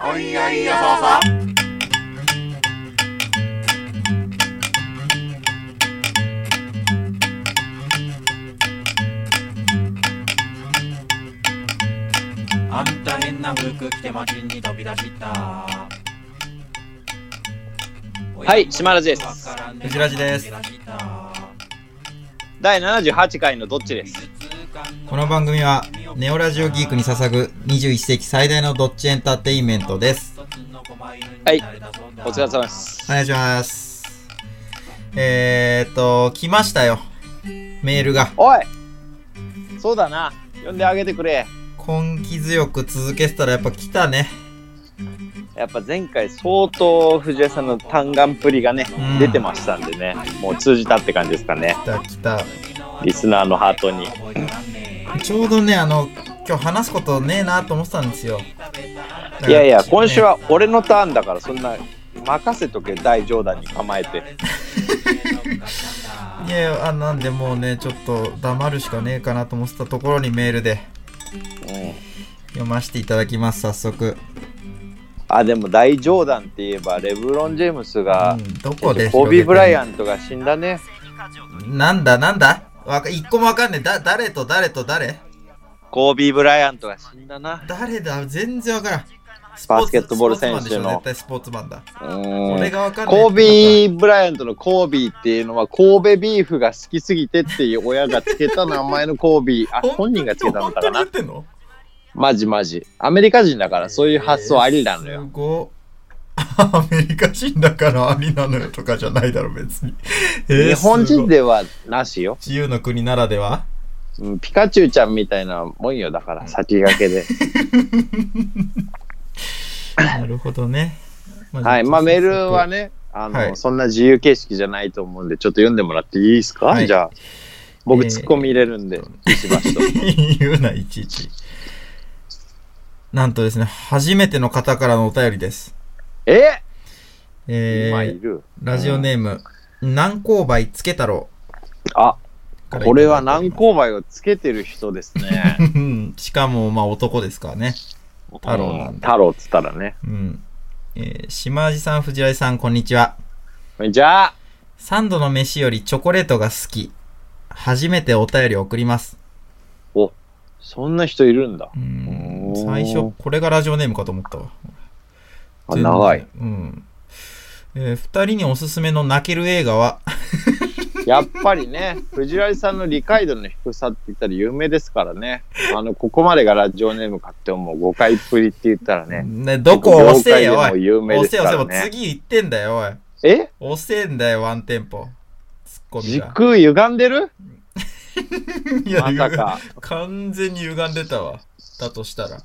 おいやいやささあんた変な服着て街に飛び出したはい島ラジです藤藤ラジです第78回のどっちですこの番組はネオラジオギークに捧ぐ21世紀最大のドッジエンターテインメントです。ははいお疲れ様ですお願いします。えーっと、来ましたよ。メールが。おいそうだな呼んであげてくれ根気強く続けてたらやっぱ来たね。やっぱ前回相当藤井さんの嘆願プリがねうん出てましたんでねもう通じたって感じですかね来た来た。リスナーのハートにちょうどね、あの、今日話すことねえなと思ってたんですよ。いやいやだから今週。は俺のターンだからそんな任せとけ大冗談に構えてねいやいやあ、なんでもうね、ちょっと黙るしかねえかなと思ってたところにメールでうん読ませていただきます、早速。あでも大冗談って言えばレブロン・ジェームスがうん、どこでコービー・ブラインアントが死んだねなんだなんだわか一個もわかんねえ。だ、誰と誰と誰コービー・ブライアントが死んだな誰だ全然わからん。スバスケットボール選手のポーツマンでしょ絶対スポーツマンだ。う俺んがわかんねえ。コービー・ブライアントのコービーっていうのは神戸ビーフが好きすぎてっていう親がつけた名前のコービーあ本人がつけたの 本か当に言なってんのマジマジアメリカ人だからそういう発想ありなのえーよすごアメリカ人だからありなのよとかじゃないだろ 別に。えー日本すご人ではなしよ自由の国ならではうんピカチュウちゃんみたいなもんよだから先駆け でなるほどね。はいまあメールはねねあの、はいそんな自由形式じゃないと思うんでちょっと読んでもらっていいですか、はいじゃあ僕えーツッコミ入れるんで、しばしと 言うな、いちいち。なんとですね、初めての方からのお便りです。ええ今いー、るラジオネーム、南勾梅つけ太郎。あからこれは軟い勾配をつけてる人ですねただいておりますうん しかも、まあ男ですからね。 太郎なんで太郎っつったらね。うん。えー、島地さん、藤井さん、こんにちは。じゃあ、サンドの飯よりチョコレートが好き。初めてお便り送ります。そんな人いるんだ。うんお。ー最初、これがラジオネームかと思ったわ。あ長い。全然。うん。えー、二人におすすめの泣ける映画は、やっぱりね、 藤原さんの理解度の低さって言ったら有名ですからね。あの、ここまでがラジオネームかって思う5回っぷりって言ったらね。ね、 どこ押せよ、お業界でもい。有名で押すせか押せらよ、ね。次行ってんだよ、おい。え押せんだよ、ワンテンポ。ツッコミが。軸歪んでるいやまさか。完全に歪んでたわ。だとしたら。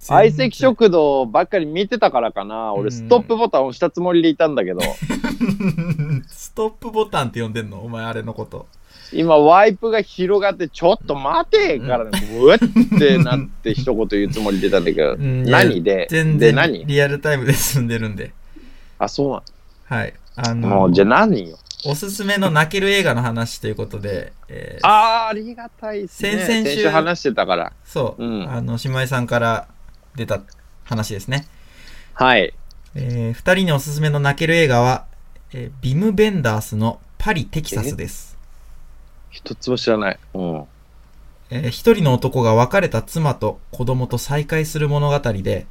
相席食堂ばっかり見てたからかな。俺、ストップボタン押したつもりでいたんだけど、全然 ストップボタンって呼んでんのお前、あれのこと。今、ワイプが広がって、ちょっと待てからね、うえってなって一言言うつもりでたんだけど、うん何で、全で然何リアルタイムで進んでるんで。あ、そうなはい。あの。ものう、、じゃあ何よ。おすすめの泣ける映画の話ということで、えーあー、ありがたいっすね。先々週先週話してたから。そう、うんあの、姉妹さんから出た話ですね。はい。えー、二人におすすめの泣ける映画は、えービム・ベンダースのパリ・テキサスです。一つも知らない。うん。えー一人の男が別れた妻と子供と再会する物語で、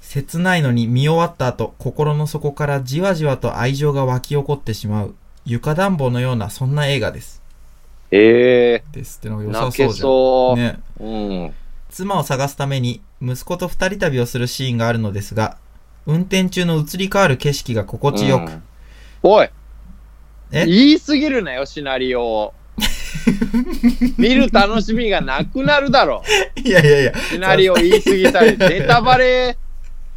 切ないのに見終わった後、心の底からじわじわと愛情が湧き起こってしまう、床暖房のようなそんな映画です。えですってのがー、良泣さそけうじゃん。そう。ね。うん。妻を探すために息子と二人旅をするシーンがあるのですが、運転中の移り変わる景色が心地よく、うんおいえ言いすぎるなよ、シナリオ を。見る楽しみがなくなるだろ。 いやいやいや、シナリオ言いすぎた り、ネタバレ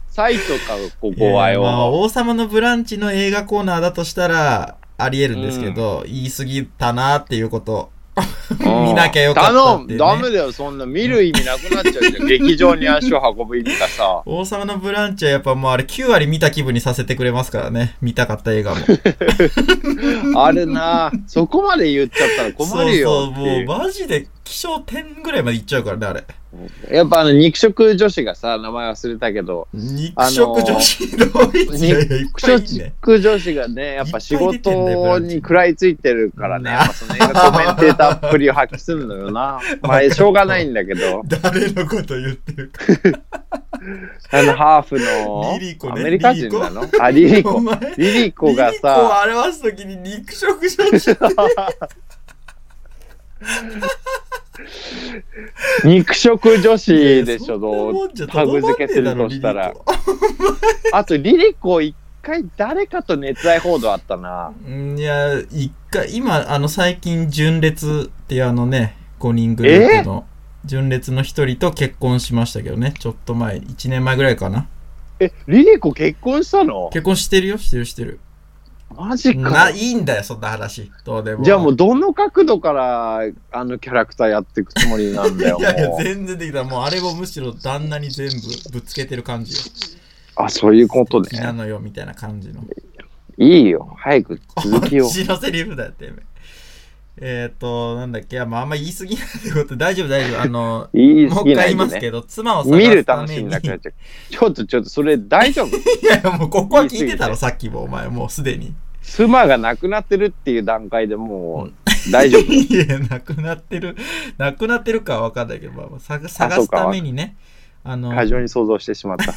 サイトか、ここはいやよ。まあ、王様のブランチの映画コーナーだとしたら、あり得るんですけど、言い過ぎたなっていうこと。うん見なきゃよかったってね頼む、ダメだよ、そんな。見る意味なくなっちゃうじ ゃん。劇場に足を運ぶ意味がさ。王様のブランチはやっぱもうあれ9割見た気分にさせてくれますからね。見たかった 映画も。あるなそこまで言っちゃったら困るよそうっそてう、もいうう。マジで気象点ぐらいまで行っちゃうからね、あれ。やっぱあの肉食女子がさ、名前忘れたけど、肉食女子の位置がいっぱい肉いんね。食女子がね、やっぱ仕事に食らいついてるからね、やっぱその辺がコメンテーターっぷりを発揮するの よな。まあ、しょうがないんだけど、誰のこと言って るか。あの、ハーフの、リリコアねメリカ人なのあ、リリおコ。前、リリコがリコさ、を表すときに肉食女 子。肉食女子でしょ、どうタタグ付けするとしたらあと、リリコ一回誰かと熱愛報道あったな。いや、一回、今、あの、最近、純烈っていうあのね、5人グループの、純烈の一人と結婚しましたけどね、ちょっと前、1年前ぐらいかな。え、リリコ結婚したの結婚してるよ、してるしてる。マジな、かい。いんだよ、そんな話。どうでも。じゃあもうどの角度からあのキャラクターやっていくつもりなんだよ、いやいや、もう。全然できた。もう、あれをむしろ旦那に全部ぶつけてる感じよ。あ、そういうこと好きなね。のよ、みたいな感じの。いいよ。早く続きを。私のセリフだよ、てめえ。えっ、ー、と、なんだっけ、いやまあ、あんま言い過ぎないってこと、大丈夫、大丈夫。あ の、いいも好うき一な回言いんますでね。けど、妻を探見るすた楽めしに。みなくなっちゃう。ちょっとちょっとそれ大丈夫いやい や、もうここは聞いてたろ、さっきも、お前、もうすでに。 妻が亡くなってるっていう段階でもうんう大丈 夫。いや、なくなってる、 なくなってるかは分かんないけど、まあまあ、さ探すためにね、あの、過剰に想像してしま った。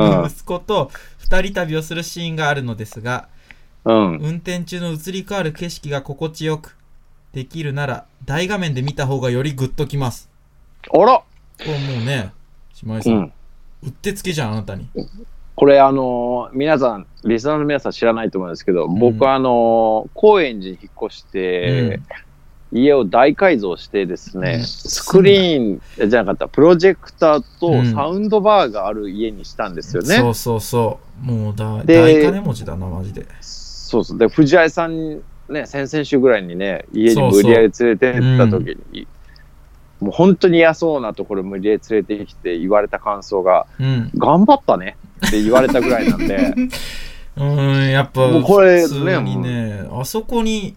うん息子と二人旅をするシーンがあるのですが、うん。運転中の移り変わる景色が心地よく、できるなら、大画面で見た方がよりグッときます。あらこれもうね、島井さ、うんん。うってつけじゃん、あなたに。これあのー皆さん、リスナーの皆さん知らないと思うんですけど、うん僕あのー高円寺に引っ越して、家を大改造してですね、うんスクリーンえじゃなかった、プロジェクターうとんサウンドバーがある家にしたんですよね。そうそうそう。もうだ、で大金持ちだな、マジで。そうそう。で、藤井さん、ね、先々週ぐらいにね、家にそうそう無理やり連れてった時に、もう本当に嫌そうなところ無理やり連れてきて言われた感想が、うん。頑張ったねって言われたぐらいなんで、うーん、やっぱ、もうこれね普通にね、あそこに、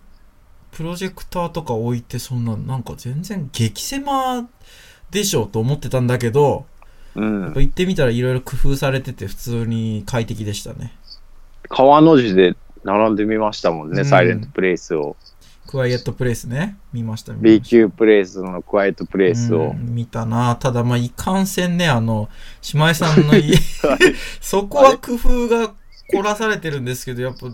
プロジェクターとか置いて、そんな、なんか全然激狭でしょと思ってたんだけど、うやっんぱ。行ってみたらいろいろ工夫されてて、普通に快適でしたね。川の字で並んでみましたもんね、うんサイレントプレイスを。クワイエットプレイスね。見ました、見ました B 級プレイスのクワイエットプレイスをう。ん見たなただまあいかんせんねあの姉妹さんの 家 そこは工夫が凝らされてるんですけどやっぱ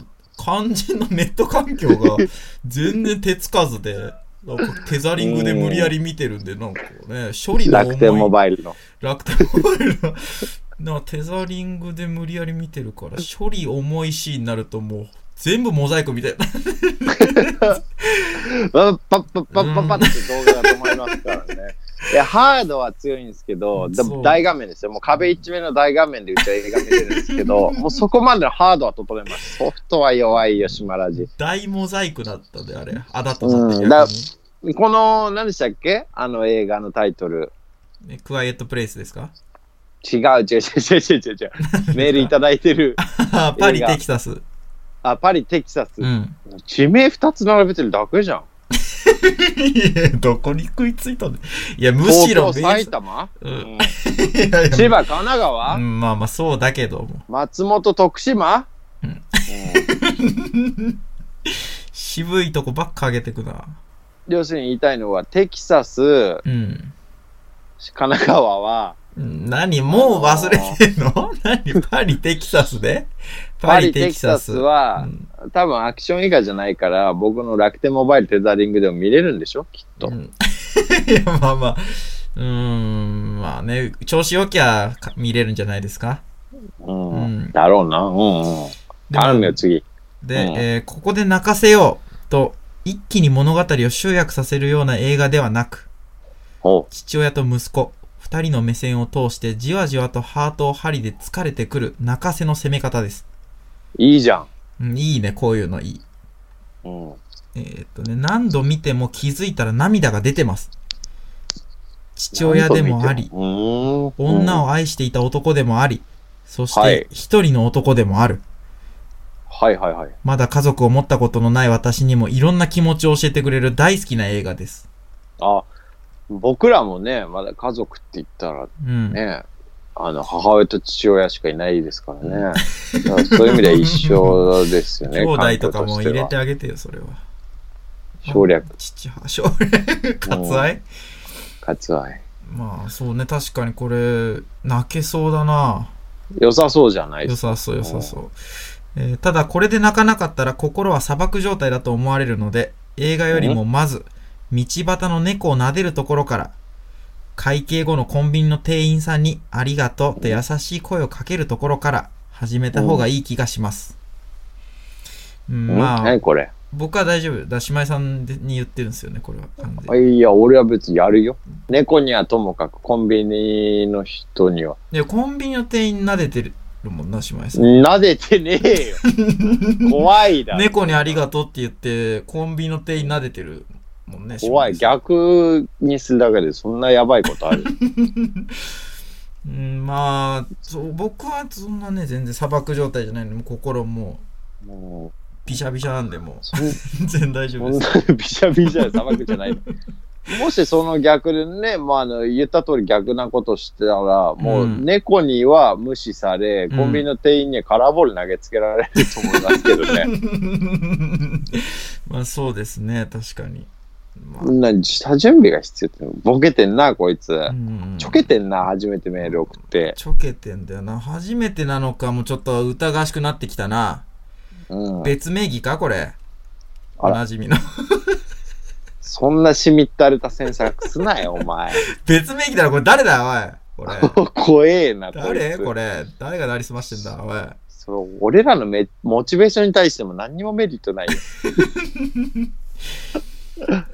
肝心のネット環境が全然手つかずでなんかテザリングで無理やり見てるんでなんかね処理の重い楽天モバイルの。楽天モバイルのなんかテザリングで無理やり見てるから処理重いシーンになるともう全部モザイクみたいなパッパッパッパッパッパッって動画が止まりますからね。いや、ハードは強いんですけど、でそうも大画面ですよ。もう壁一面の大画面でうちは映画見てるんですけど、もうそこまでのハードは整えます。ソフトは弱いよ、島ラジ。大モザイクだったであれあだとなってうんだ逆にこの、何でしたっけあの映画のタイトル。えクワイエットプレイスですか違う、違う、違う、違う、違う、違う。メールいただいてる。あパリ、テキサス。あ、パリ、テキサス。うん。地名二つ並べてるだけじゃん。 どこに食いついたんだいや、むし東ろ京、ベー埼ス、玉、うんうんいやいや千葉、神奈川、うんまあまあ、そうだけども。松本、徳島、うんうん渋いとこばっか上げてくな。要するに言いたいのは、テキサス、うん。神奈川は、何もう忘れてんの何パリ、テキサスでパリ、テキサスうは、ん多分アクション以下じゃないから、僕の楽天モバイルテザリングでも見れるんでしょきっと。うん いや、まあまあ。うーん、まあね、調子よきゃか見れるんじゃないですか。うん。うんだろうな。うんうん。でも頼むよ、次。で、うんえーここで泣かせようと、一気に物語を集約させるような映画ではなく、おう父親と息子、二人の目線を通してじわじわとハートを針で疲れてくる泣かせの攻め方です。いいじゃん。うん、いいね、こういうのいい。うん。えーっとね、何度見ても気づいたら涙が出てます。父親でもあり、うん。女を。を愛していた男でもあり、そしはてい一人の男でもある。はいはいはい。まだ家族を持ったことのない私にもいろんな気持ちを教えてくれる大好きな映画です。あ、僕らもね、まだ家族って言ったらうん。ね、あの、母親と父親しかいないですからね。だからそういう意味では一緒ですよね。 兄弟とかも環入境とれしててはあげてよ、それは。省略、父母、省略、割愛割愛。まあ、そうね、確かにこれ、泣けそうだな。良さそうじゃないで良すか。さそう、良さそう。えーただ、これで泣かなかったら心は砂漠状態だと思われるので、映画よりもまず、道端の猫を撫でるところから、会計後のコンビニの店員さんに、ありがとうと優しい声をかけるところから、始めた方がいい気がします。うん、うんまあ、何これ僕は大丈夫。だしまいさんでに言ってるんですよね、これは。完全にいや、俺は別にやるよ。猫にはともかく、コンビニの人には。で、コンビニの店員撫でてるもんな、しまいさん。撫でてねえ よ。怖いだろ。猫にありがとうって言って、コンビニの店員撫でてるもんね。怖い。島根逆にするだけでそんなやばいことある。さんうん、まあそう、僕はそんなね、全然砂漠状態じゃないので、もう心ももううビシャビシャなんで、もう そん全然大丈夫本です。当にビシャビシャで砂漠じゃない の。もしその逆でね、まあ、あの言った通り逆なことしてたら、もううん猫には無視され、うんコンビニの店員にはカラーボール投げつけられると思いますけどね。 まあそうですね、確かに。まあそんな下準備が必要って、ボケてんな、こいつ。うんちょけてんな、初めてメール送って。ちょけてんだよな。初めてなのかもちょっと疑わしくなってきたな。うん、別名義かこれ。あおらなじみの。 そんなしみったれた詮索す なよ、お前。別名義だろ、これ誰だ、お い。これ。怖えな、こいつ誰これ。誰がなりすましてんだ、おい。そう俺らのメモチベーションに対しても何にもメリットないよ。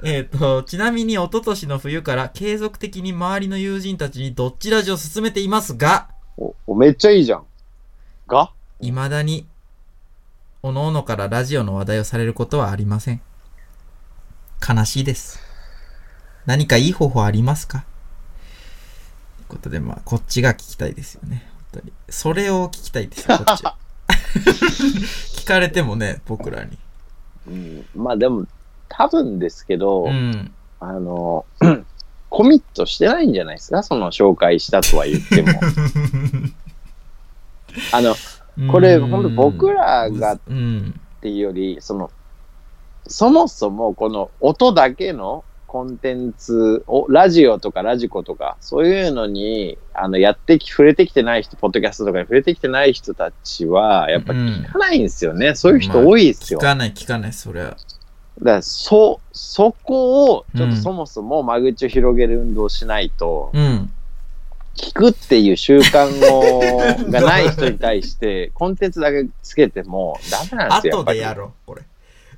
えっ、と、ちなみに一昨年の冬から継続的に周りの友人たちにどっちラジを勧めていますが、おおめっちゃいいじゃん。が未だに、おのおのからラジオの話題をされることはありません。悲しいです。何かいい方法ありますかということで、まあ、こっちが聞きたいですよね。本当に。それを聞きたいですよ、こっち。 聞かれてもね、僕らに。うん、まあでも、多分ですけど、うん。あの、 コミットしてないんじゃないですかその紹介したとは言って も。あの、 これうんほんと僕らがっうん。っていうより、その、そもそもこの音だけのコンテンツを、ラジオとかラジコとか、そういうのに、あの、やってき、触れてきてない人、ポッドキャストとかに触れてきてない人たちは、やっぱうん聞かないんですよね。そういう人多いです聞よ。かない、聞かない、そりゃ。だから、そ、そこを、ちょっうんとそもそも間口を広げる運動をしないと、うん。聞くっていう習慣をがない人に対して、コンテンツだけつけてもダメなんですよ。後でやる。ろう、これ。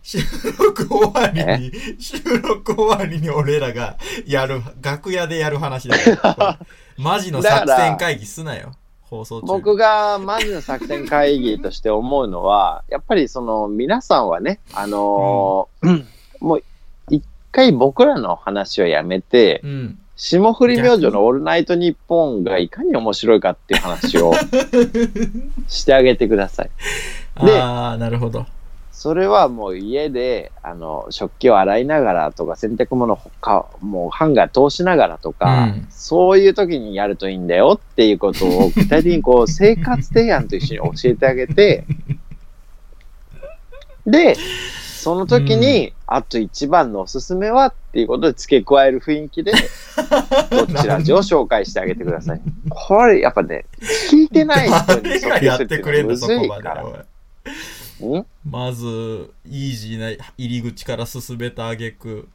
収録終わりに、収録終わりに俺らがやる、楽屋でやる話だから。こ れマジの作戦会議すなよ、放送中。僕がマジの作戦会議として思うのは、 やっぱりその皆さんはね、あのーもう一回僕らの話をやめて、うん。霜降り明星のオールナイトニッポンがいかに面白いかっていう話 をしてあげてください。でああ、なるほど。それはもう家で、あの、食器を洗いながらとか、洗濯物ほか、もうハンガー通しながらとか、うんそういう時にやるといいんだよっていうことを、具体的にこう、生活提案と一緒に教えてあげて、 で、その時に、あと一番のおすすめはっていうことで付け加える雰囲気 で、どっちラジオを紹介してあげてください。これ、やっぱね、聞いてない人に誰がやってくれんだ、そ即決ってむずいこまか。でらおいうんまず、イージーな入り口から進めたあげ く、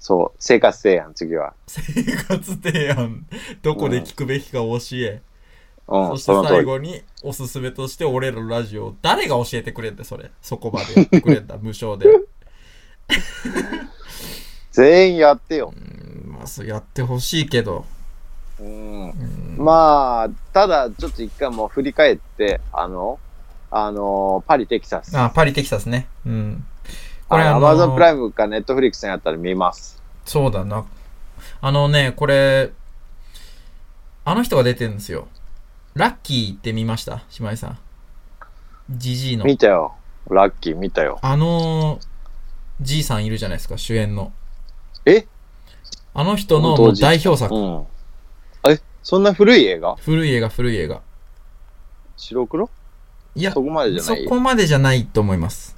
そう、生活提案、次は。生活提案、どこで聞くべきか教え、うそん、してその通最り。後におすすめとして俺らのラジオ誰が教えてくれんだそれそこまでやってくれんだ無償 でう全員やってよ。んまあそうやってほしいけどうん。うんまあ、ただ、ちょっと一回もう振り返って、あの、あの、パリ、テキサス。あパリテキサスねうんこれアあマゾのンプライムかネットフリックスにあったら見ます。そうだなあのねこれあの人が出てるんですよラッキーって見ました姉妹さんジジイの見たよ。ラッキー見たよ。あのじいさんいるじゃないですか主演のえあの人の当もう時代表作。うん。え、そんな古い映画古い映画、古い映画。白黒いやそ、こまでじゃそないこまでじゃないと思います。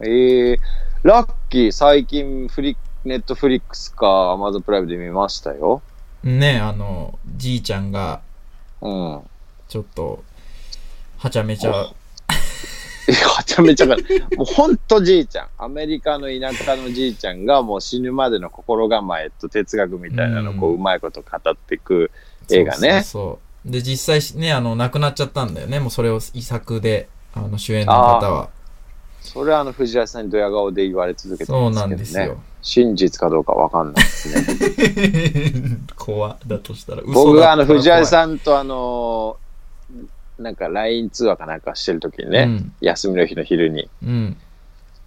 ええラッキー最近フリ、ネットフリックスかアマゾンプライムで見ましたよ。ねあの、じいちゃんが、うん。ちょっと、はちゃめちゃ、 はちゃめちゃかもうほんとじいちゃん。アメリカの田舎のじいちゃんがもう死ぬまでの心構えと哲学みたいなのをこううんうまいこと語っていく映画ね。そうそうそうで、実際ね、あの、亡くなっちゃったんだよね。もうそれを遺作で、あの、主演の方は。それはあの藤原さんにドヤ顔で言われ続けてそまうなすんけですどね。よ。真実かどうかわかんないですね。 怖だとしたら嘘だ僕があの藤原んさんとあのーなんか LINE 通話かなんかしてる時にね、休みの日の昼に、うん。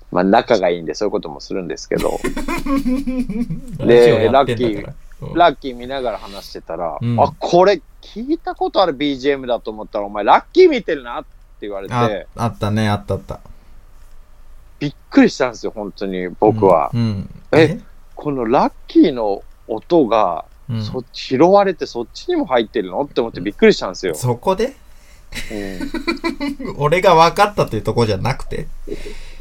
まあ、仲がいいんでそういうこともするんですけどうん。でラジオやってんだからうんラッキー見ながら話してたら「うんあこれ聞いたことある BGM だと思ったらお前ラッキー見てるな」って言われあてあったね、あったあった。びっくりしたんですよ本当に僕は、うん。うんえこのラッキーの音がうんそ拾われてそっちにも入ってるのって思ってびっくりしたんですよ、そこでうん俺が分かったっていうとこじゃなくて。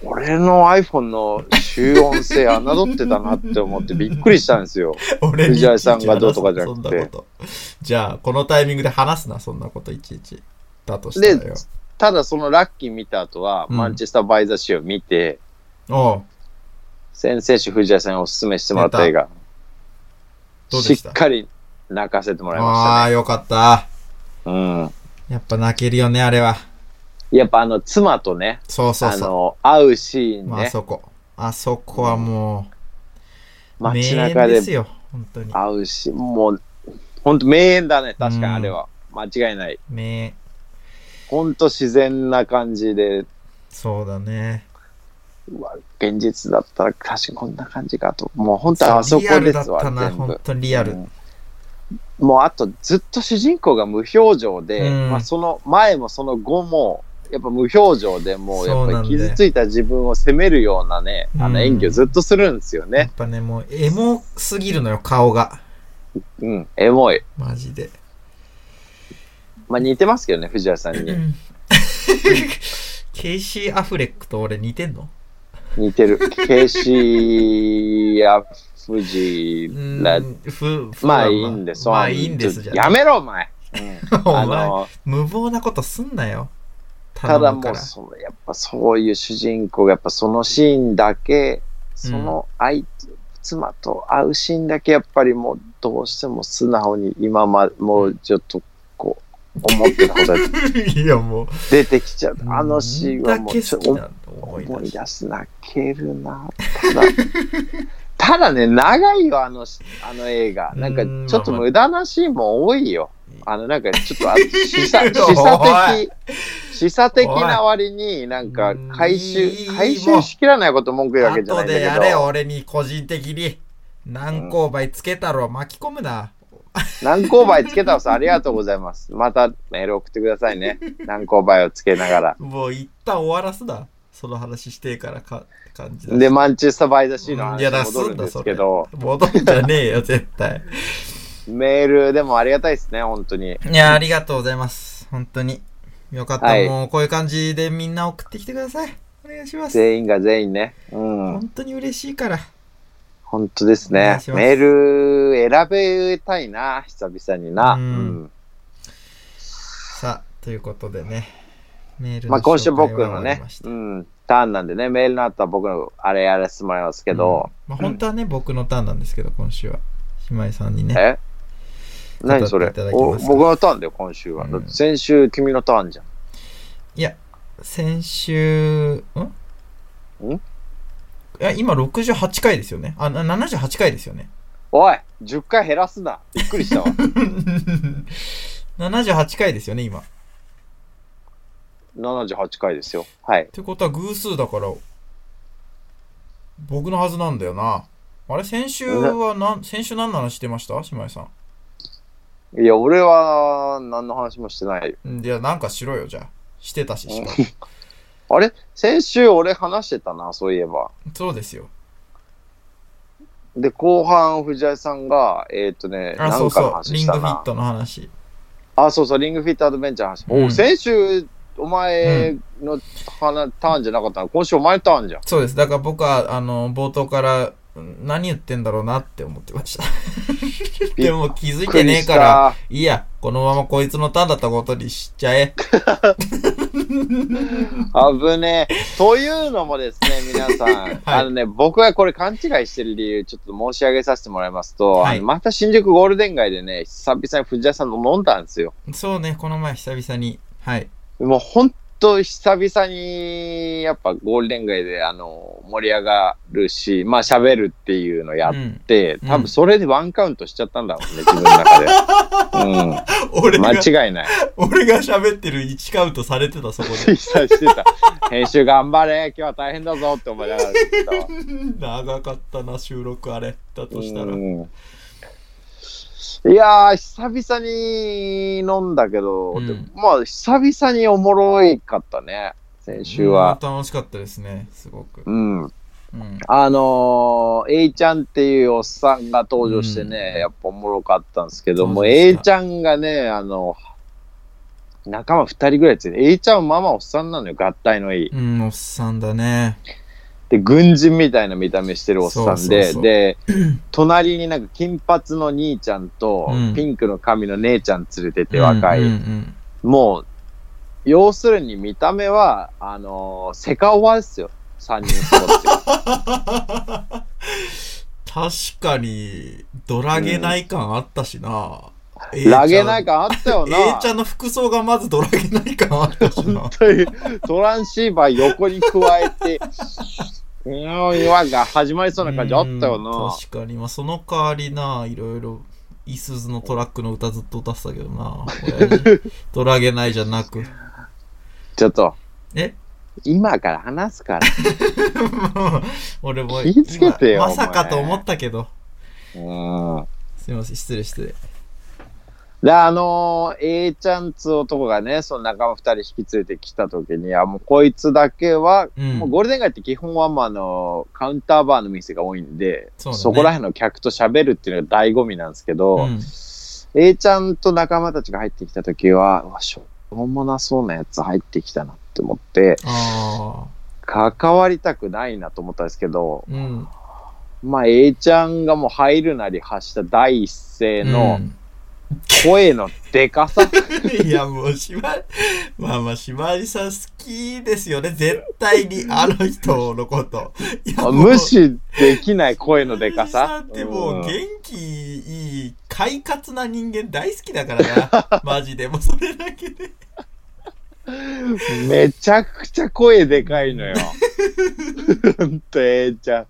俺の iPhone の集音性侮ってたなって思ってびっくりしたんですよ。俺に藤原さんがどうとかじゃなくてそんなこと。じゃあ、このタイミングで話すな、そんなこといちいち。だとしたらよで。ただそのラッキー見た後は、うんマンチェスター・バイザー誌を見て、おう先生主藤谷さんにおすすめしてもらった映画、どうしでしったかり泣かせてもらいあまあ、よかった。したね。うん。やっぱ泣けるよね、あれは。やっぱあの、妻とね、そうそうあそう。の、会うシーンまあね、そこ。あそこはもう、名街演中でですよ、本当に。会うし、もう、ほんと名演だね、確かにあれは。間違いない。名演ほんと自然な感じで、そうだね。うわ現実だったら確かにこんな感じかと。もう本当あそこリアルでだっすわ、たな、全部本。当にリアル。うんもうあとずっと主人公が無表情で、うんまあ、その前もその後もやっぱ無表情でもうやそっうぱなんだりよ傷ついた自分を責めるようなね、あうんの演技をずっとするんですよやっね。ぱね、もうエモすぎるのよ、顔が。うん、エモい。マジで。まあ似てますけどね、藤原さんうに。んケイシー・アフレックと俺似てんの似て る。ケイシーや藤うんら、ふふまあいいんです。まあいいんですじゃやん。めろ、お前。うん お前あの無謀なことすんなよ。ただ頼むもかうら。そのやっぱそういう主人公がやっぱそのシーンだけその相手、妻と会うシーンだけやっぱりもうどうしても素直に今まもうちょっとこう思ってたことが いやもう。出てきちゃうあのシーンはもうちょっどんとだけ好きなの思思いい出し出す泣けるなただ ただね長いよあのしあの映画なんかうんちょっと無駄なシーンも多いよあのなんかちょっ とあ示唆示お唆い的示唆的な割になんか回いい収回収しきらないこと文句言うわけじゃないん後でやだれけよど俺に個人的に何勾配つけたろ巻き込むな何勾配つけたらさありがとうございますまたメール送ってください ね何勾配をつけながらもう一旦終わらすなその話してからか感じだしでマンチェスター・バイザーシーのいやだ話に戻るんですけど戻んじゃねえ よ絶対メールでもありがたいですね本当にいやありがとうございます本当によかった、はいもうこういう感じでみんな送ってきてくださいお願いします全員が全員ねうん本当に嬉しいから本当ですお願いねしますメール選べたいな久々になううんんさあということでねメールのまあ、今週紹介は僕の終わりねまし、たうん、ターンなんでね、メールの後は僕のあれやらせてもらいますけど、うんまあ、本当はね、僕のターンなんですけど今週はひまいさんにねえ何それ語っていただきおますか僕のターンだよ、今週は。うんだって先週、君のターンじゃん。いや、先週、んんいや、今68回ですよね。あ、な78回ですよね。 おい !10 回減らすなびっくりしたわ。 78回ですよね、今。っ78回ですよ。はい。てことは偶数だから、僕のはずなんだよな。あれ、先週はなん、先週何の話してました姉妹さいや、俺は何の話もしてないよ。ん。んいや、なんかしろよ、じゃあ。してたし、し か。あれ先週俺話してたな、そういえば。そうですよ。で、後半、藤井さんが、えーっ、とね、あ、なそんうかのそう。話リしングたフィなッ。トの話。あ、そうそう、リングフィットアドベンチャーの話。うんお先週、お前のはなターンじゃなかったの今週お前のターンじゃん。そうです。だから僕は、あの、冒頭から、うん何言ってんだろうなって思ってました。 でも気づいてねえから、いいや、このままこいつのターンだったことにしちゃえ。危ねえ。 というのもですね、皆 さん、あのね、僕がこれ勘違いしてる理由、ちょっと申し上げさせてもらいますと、はいあのまた新宿ゴールデン街でね、久々に藤井さんと飲んだんですよ。そうね、この前久々に。はい。もう本当久々に、やっぱゴールデン街で、あの、盛り上がるし、まあ喋るっていうのやうっん。て、うん多分それでワンカウントしちゃったんだろうね、自分の中 で。う俺ん。が、間違いない。俺が喋ってる1カウントされてた、そこで。 してた。編集頑張れ、今日は大変だぞって思いながら聞いてた わ。長かったな、収録あれ。だとしたら。うんいやー、久々に飲んだけど、うんでもまあ、久々におもろいかったね、先週は。うん楽しかったですね、すごく。うん。うん。あのー、A ちゃんっていうおっさんが登場してね、うんやっぱおもろかったんですけどそうも、です A かちゃんがね、あの、仲間二人ぐらいついて、A ちゃんはママおっさんなのよ、合体のいい。うん、おっさんだね。で、軍人みたいな見た目してるおっさんで、そうそうそうで、隣になんか金髪の兄ちゃんと、うんピンクの髪の姉ちゃん連れてて若い。うんうんもう、要するに見た目は、あのーセカオワですよ。三人揃 って。確かに、ドラゲない感あったしな。A ちゃんラゲない感あったよな。 A ちゃんの服装がまずドラゲない感あったしな。というトランシーバー横に加えて、うーん、違和が始まり そうな感じあったようんな。確かに、まあ、その代わりな、いろいろ、イスズのトラックの歌ずっと歌ってたけどな。 親にドラゲないじゃなく。ちょっと、え 今から話すから。俺も気ぃつけてよ今まさおか前と思ったけど。うん。すいません、失礼失礼。で、あのー、A ちゃんつう男がね、その仲間二人引き連れてきた時に、あ、もうこいつだけは、うんもうゴールデン街って基本はもうあのーカウンターバーの店が多いんで、そそ,、うだねこら辺の客と喋るっていうのが醍醐味なんですけど、うん A ちゃんと仲間たちが入ってきた時は、うわ、しょうもなそうなやつ入ってきたなって思って、ああ。関わりたくないなと思ったんですけど、うん。まあ、A ちゃんがもう入るなり発した第一声のうん声のでか さ。いや、もう、しま、まあまあ、しまりさん好きですよね。絶対に、あの人のこと。いや、もう無視できない声のでかしまりさん。ってもう、うん元気いい、快活な人間大好きだから な。マジで、もうそれだけで。めちゃくちゃ声でかいのよ。ほんと A ちゃん。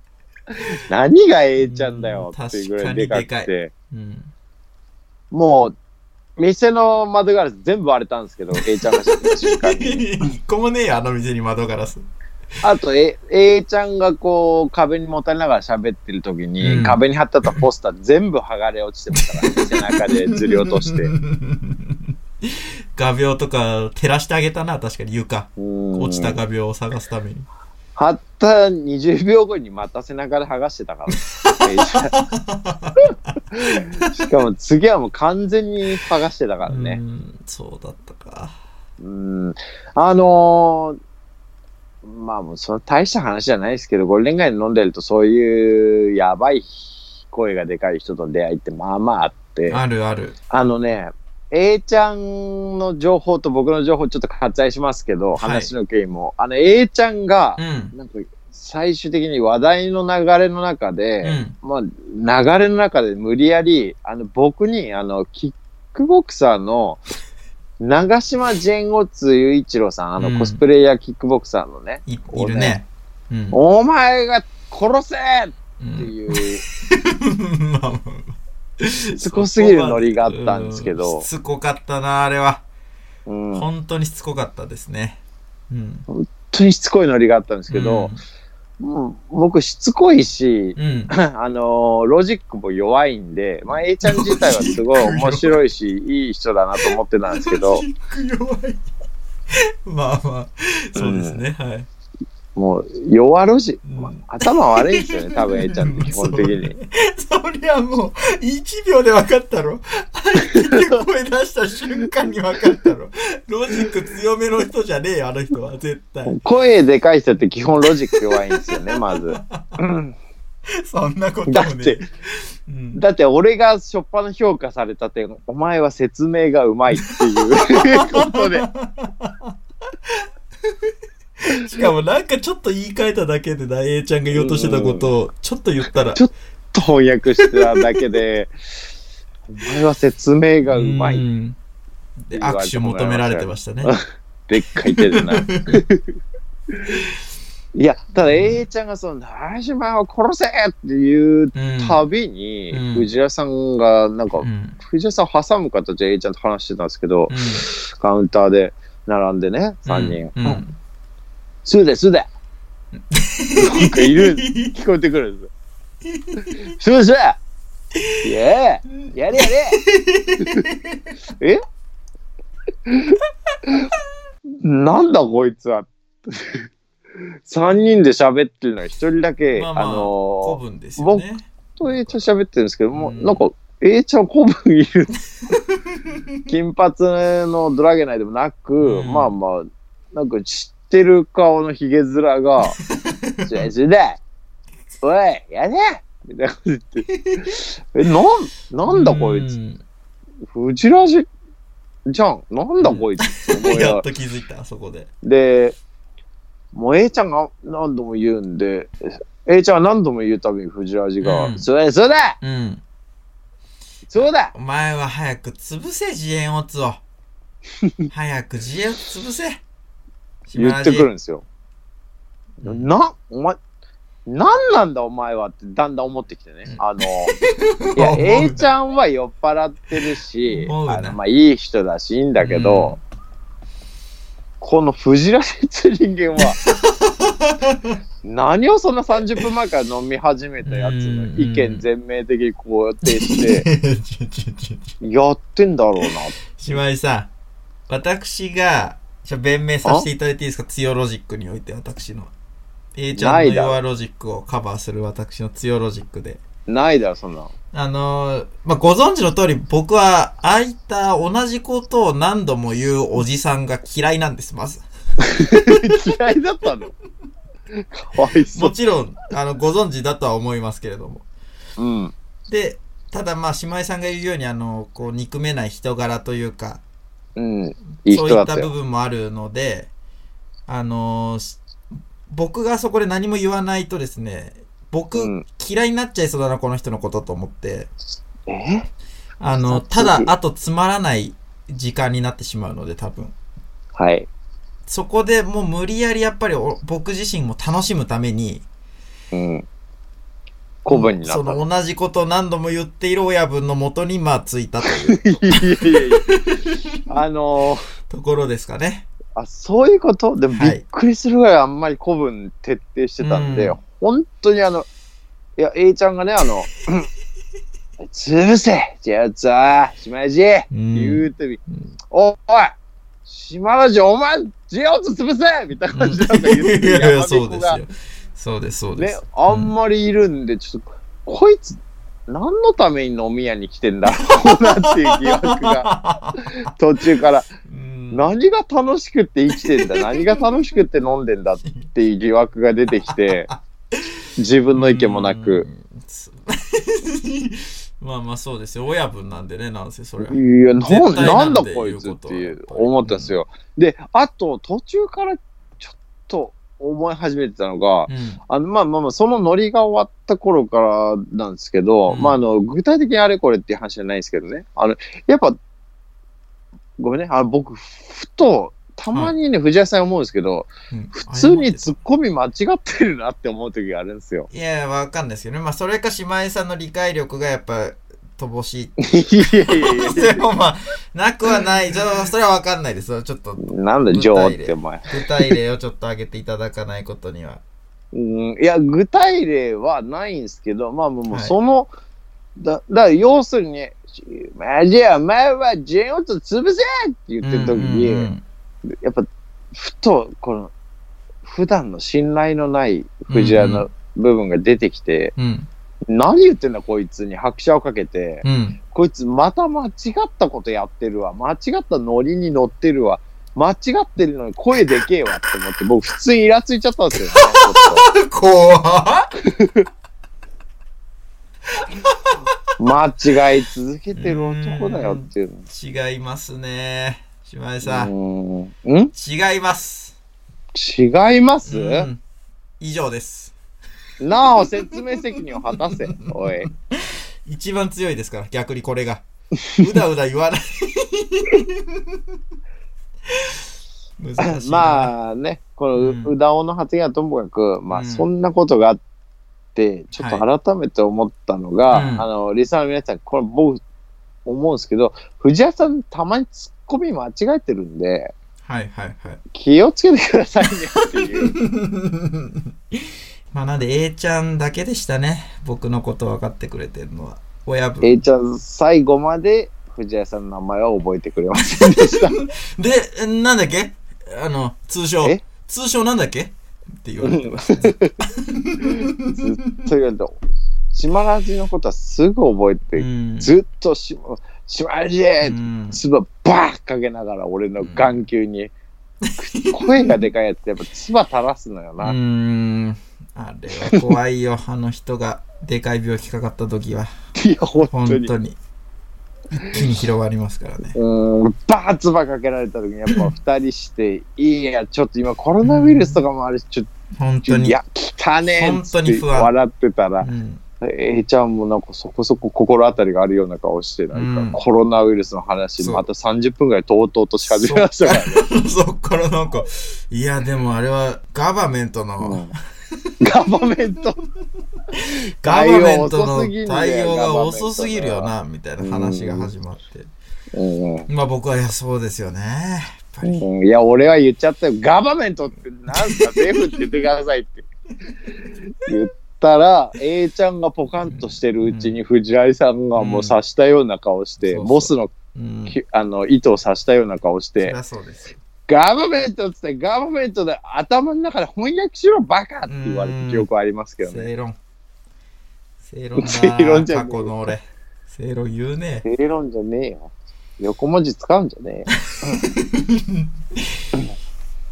何が A ちゃんだよっていうぐらいでか確かくにて。うん。もう、店の窓ガラス全部割れたんですけど、A ちゃんが知った瞬間 に。一個もねえよ、あの店に窓ガラス。あと、え、A ちゃんがこう、壁にもたれながら喋ってる時に、うん壁に貼ってあったポスター全部剥がれ落ちてましたから、背中でずり落と して。う。画鋲とか照らしてあげたな、確かに床。ん落ちた画鋲を探すために。貼った20秒後にまた背中で剥がしてたから。A ち ゃんしかも次はもう完全に剥がしてたからうね。ん、そうだったか。うん。あのーまあもうその大した話じゃないですけど、ゴールデン街で飲んでるとそういうやばい声がでかい人との出会いってまあまああって。あるある。あのね、A ちゃんの情報と僕の情報ちょっと割愛しますけど、はい話の経緯も。あの A ちゃんがう、ん。なんか最終的に話題の流れの中うで、ん。まあ流れの中で無理やり、あの僕に、あの、キックボクサーの、長島ジェンゴツユイチロさん、あうんのコスプレイヤーキックボクサーのね、いこいうねるね。うん。お前が殺せっうてん、いう、 まあまあまあしつこすぎるノリがあったんですけどうしつこかったな、あれは。うん、本本当にしつこかったですね。うん。当にしつこいノリがあったんですけど、もう僕しつこいし、 うん、うん。あのーロジックも弱いんで、まあ、A ちゃん自体はすごい面白い し、いい人だなと思ってた んですけどロジ、ック弱い。まあまあ、そうですね、はい。もう弱るし、うんまあ頭悪いんですよね、多分 A ちゃんって基本的に。そりゃもう、1秒で分かったろ。相手って声出した瞬間に分かったろ。ロジック強めの人じゃねえよ、あの人は、絶対。声でかい人って基本ロジック弱いんですよ ね、まず。そんなこともだっねて。うんだって俺が初っ端の評価された点、お前は説明がうまいって いうことで。しかもなんかちょっと言い換えただけでな、A ちゃんが言おうとしてたことを、ちょっと言ったらちょ、翻訳してただけで、お前は説明がうまい。んで握手求められてましたね。でっ かい手でな。いや、ただ、A ちゃんがその、長島を殺せっていううんたびに、うん藤原さんが、なんかう、ん藤原さんを挟む形で A ちゃんと話してたんですけどう、んカウンターで並んでね、3人。うんうんすで、すで。なんかいる、聞こえてくるんですよ。すで、すで。イエーイやれやれえなんだこいつは。3人で喋ってるのに1人だけ、まああまあ、古の文ですよね。ー、と A ちゃん喋ってるんですけども、うんなんか A ちゃん古文い る。金髪のドラゲナイでもなく、うんまあまあ、なんか知ってる顔のヒゲ面が、 それそれだおい、やれみたいなこと言って。え、なん、なんだこいつ。つ。フジラジじゃん。なんだこいつって思いながやらっと気 づいた、あそこで。で、もう A ちゃんが何度も言うんで、A ちゃんは何度も言うたびに藤ラジが、うんそうだそうだうん。そうだお前は早く潰せ、自演オ ツを。早く自演を潰せ。言ってくるんんですよ。うんな、お前、なんなんだお前はってだんだん思ってきてね。あ の、いや、A ちゃんは酔っ払ってるし、思うなあのまあ、いい人だし、いいんだけど、この藤ラジって人間は、 何をそんな30分前から飲み始めたやつの意見全面的にこうやってして、ちょちょちょちょ やってんだろうな。島井さん、私が、ちょ、弁明させていただいていいですか強ロジックにおいて、私の。A ちゃんのないだろ弱ロジックをカバーする私の強ロジックで。ないだろ、そんな の。あのーまあ、ご存知の通り、僕は、ああいった同じことを何度も言うおじさんが嫌いなんです、まず。嫌いだったのかわいそもう。ちろん、あの、ご存知だとは思いますけれども。うん。で、ただまあ、姉妹さんが言うように、あの、こう、憎めない人柄というか、うん。いい人そういだっったた部よ。分もあるので、あのーし僕がそこで何も言わないとですね、僕、うん嫌いになっちゃいそうだな、この人のことと思って、えあの、ただ、あとつまらない時間になってしまうので、多分。はい。そこでもう無理やりやっぱりお僕自身も楽しむために、うん。古文になっそたの。の同じことを何度も言っている親分のもとにまあついたという いやいやいや。あのー、ところですかね。あ、そういうことでもびはいっくりするぐらいあんまり古文徹底してたんで、うん本当にあの、いや、A ちゃんがね、あの、 うん潰せじゃあさ、島ラジうん言うてみうん、おい島ラジお前、ジェオツ潰せみたいな感じでなんか言っているやいや山 そう猫ですがよ。そうです、そうでねす。、あんまりいるんで、ちょっと、こいつ、何のために飲み屋に来てんだろうなっていう疑惑が、途中から、うん何が楽しくって生きてんだ、何が楽しくって飲んでんだっていう疑惑が出てきて、自分の意見もなく、うん。そうまあまあそうですよ。親分なんでね、なんせそれは。いや、な絶ん対なんなだんでこいつってい言ううことは思ったんですよ。で、あと、途中からちょっと思い始めてたのが、うんあの、まあまあまあ、そのノリが終わった頃からなんですけど、うんまああの、具体的にあれこれっていう話じゃないんですけどね。あの、やっぱ、ごめんね、あの僕、ふと、たまにね、藤原さん思うんですけど、うん普通にツッコミ間違ってるなって思う時があるんですよ。いやいや、わかんないですけどね。まあ、それか、姉妹さんの理解力がやっぱ、乏しい。 いやいやいやでも まあ、なくはない。ちょっと、それはわかんないです。ちょっと、なんだ、ジョーってお前。具体例をちょっ と挙げていただかないことには。うん、いや、具体例はないんですけど、まあもう、もうはいその、だ、だから要するに、マジや、お前はジェンオツ潰せって言ってる時に、うんうんうんやっぱ、ふと、この、普段の信頼のない藤原の部分が出てきて、うん。何言ってんだこいつに拍車をかけて、 うん。こいつまた間違ったことやってるわ。間違ったノリに乗ってるわ。間違ってるのに声でけえわって思って、僕普通にイラついちゃったんですよね。ち怖ょっと間違い続けてる男だよっていう。違いますね。島根うさん。ーんん違います。違います、うん以上です。なお説明責任を果たせ。おい。一番強いですから、逆にこれが。うだうだ言わない。 難しいな。まあね、このうんううだおの発言はともかく、まうあんそんなことがあって、ちょっと改めて思ったのが、うんあの、リサの皆さん、これ僕、思うんですけど、藤谷さんたまにツッコミ間違えてるんで、はいはいはい。 気をつけてくださいねっていう。まあなんで A ちゃんだけでしたね。僕のこと分かってくれてるのは。親分。 A ちゃん、最後まで藤谷さんの名前は覚えてくれませんで した。で、なんだっけあの、通称え。通称なんだっけって言われてます。ずっと言われて、島ラジのことはすぐ覚えて、うんずっとし島ラジーうんつばバーッかけながら俺の眼球に、声がでかいやつってやっぱつば垂らすのような、ーん。あれは怖いよ。あの人がでかい病気かかった時は。いや本当本に当に。一気に広がりますから ね。うーんバーッつばかけられた時にやっぱ二人して「いやちょっと今コロナウイルスとかもあるしちょっ本と当いに。や汚ねえ」っつっ本当にて不安笑ってたらうん。 えいちゃんもなんかそこそこ心当たりがあるような顔してなんか、うんコロナウイルスの話そうまた30分ぐらいとうとうとし始めましたからね、そっからなんか、いや、でもあれはガバメントの、うんガバメントガバメン対応遅トのすぎんだよ対応が遅すぎるよガな、みたいな話が始まって。うんまあ僕は、いや、そうですよね。やっぱり。うんいや、俺は言っちゃったよ。ガバメントってなんすか、政府って言ってください って。言ったら、A ちゃんがポカンとしてるうちに、藤井さんがもう刺したような顔して、うんボスのうん。きあの糸を刺したような顔しそりて、ゃそうですよ。ガバメントっつって、ガバメントで頭の中で翻訳しろ、バカって言われた記憶ありますけどね。正論。正論だ。正論じゃねえ過去の俺。正論言うね。正論じゃねえよ。横文字使うんじゃねえよ。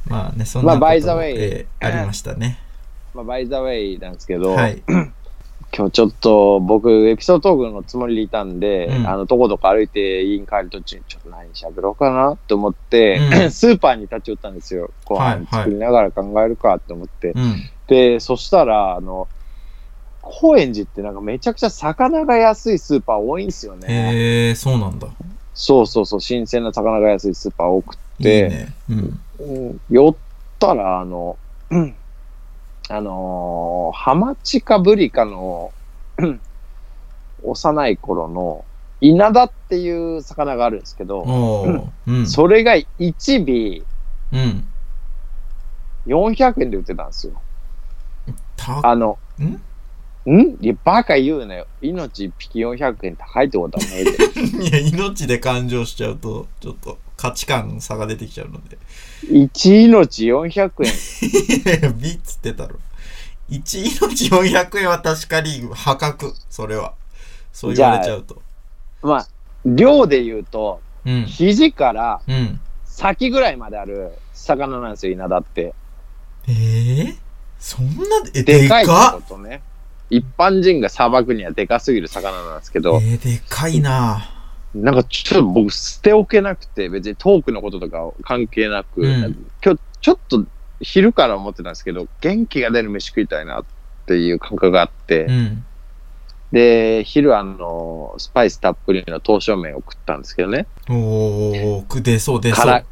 まあね、そんなことまあも、 by the way えーありましたね。まあ、バイザウェイなんですけど、はい。今日ちょっと僕エピソードトークのつもりでいたんで、うんあのとことか歩いて家に帰る途中にちょっと何喋ろうかなと思って、う んスーパーに立ち寄ったんですよごはいはい飯作りながら考えるかと思って、うん。でそしたらあの高円寺ってなんかめちゃくちゃ魚が安いスーパー多いんですよね、へえー、そうなんだ。そうそうそう新鮮な魚が安いスーパー多くいいてね。うん。うん寄ったらあの、うんあのーハマチかブリかのうん幼い頃のイナダっていう魚があるんですけど、おー。うん。それが1うん。尾400円で売ってたんですよ。たあの、んんいや、バカ言うなよ。命1匹400円高いってことはないで。 いや、命で感情しちゃうと、ちょっと価値観の差が出てきちゃうので。 1命400円。いやいや、B っつってたろ。1命400円は確かに破格、それは。そう言われちゃうと。まあ、量で言うと、うん。肘からうん。先ぐらいまである魚なんですよ、イナダって。えー、そんな、え、ででかかいっってことね。一般人がさばくにはでかすぎる魚なんですけえど、ー、でかいななんかちょっと僕捨ておけなくて、別にトークのこととか関係なく、うん今日ちょっと昼から思ってたんですけど、元気が出る飯食いたいなっていう感覚があって、うん。で、昼あの、スパイスたっぷりの刀削麺を食ったんですけどね、おー、く出そう出そ辛う。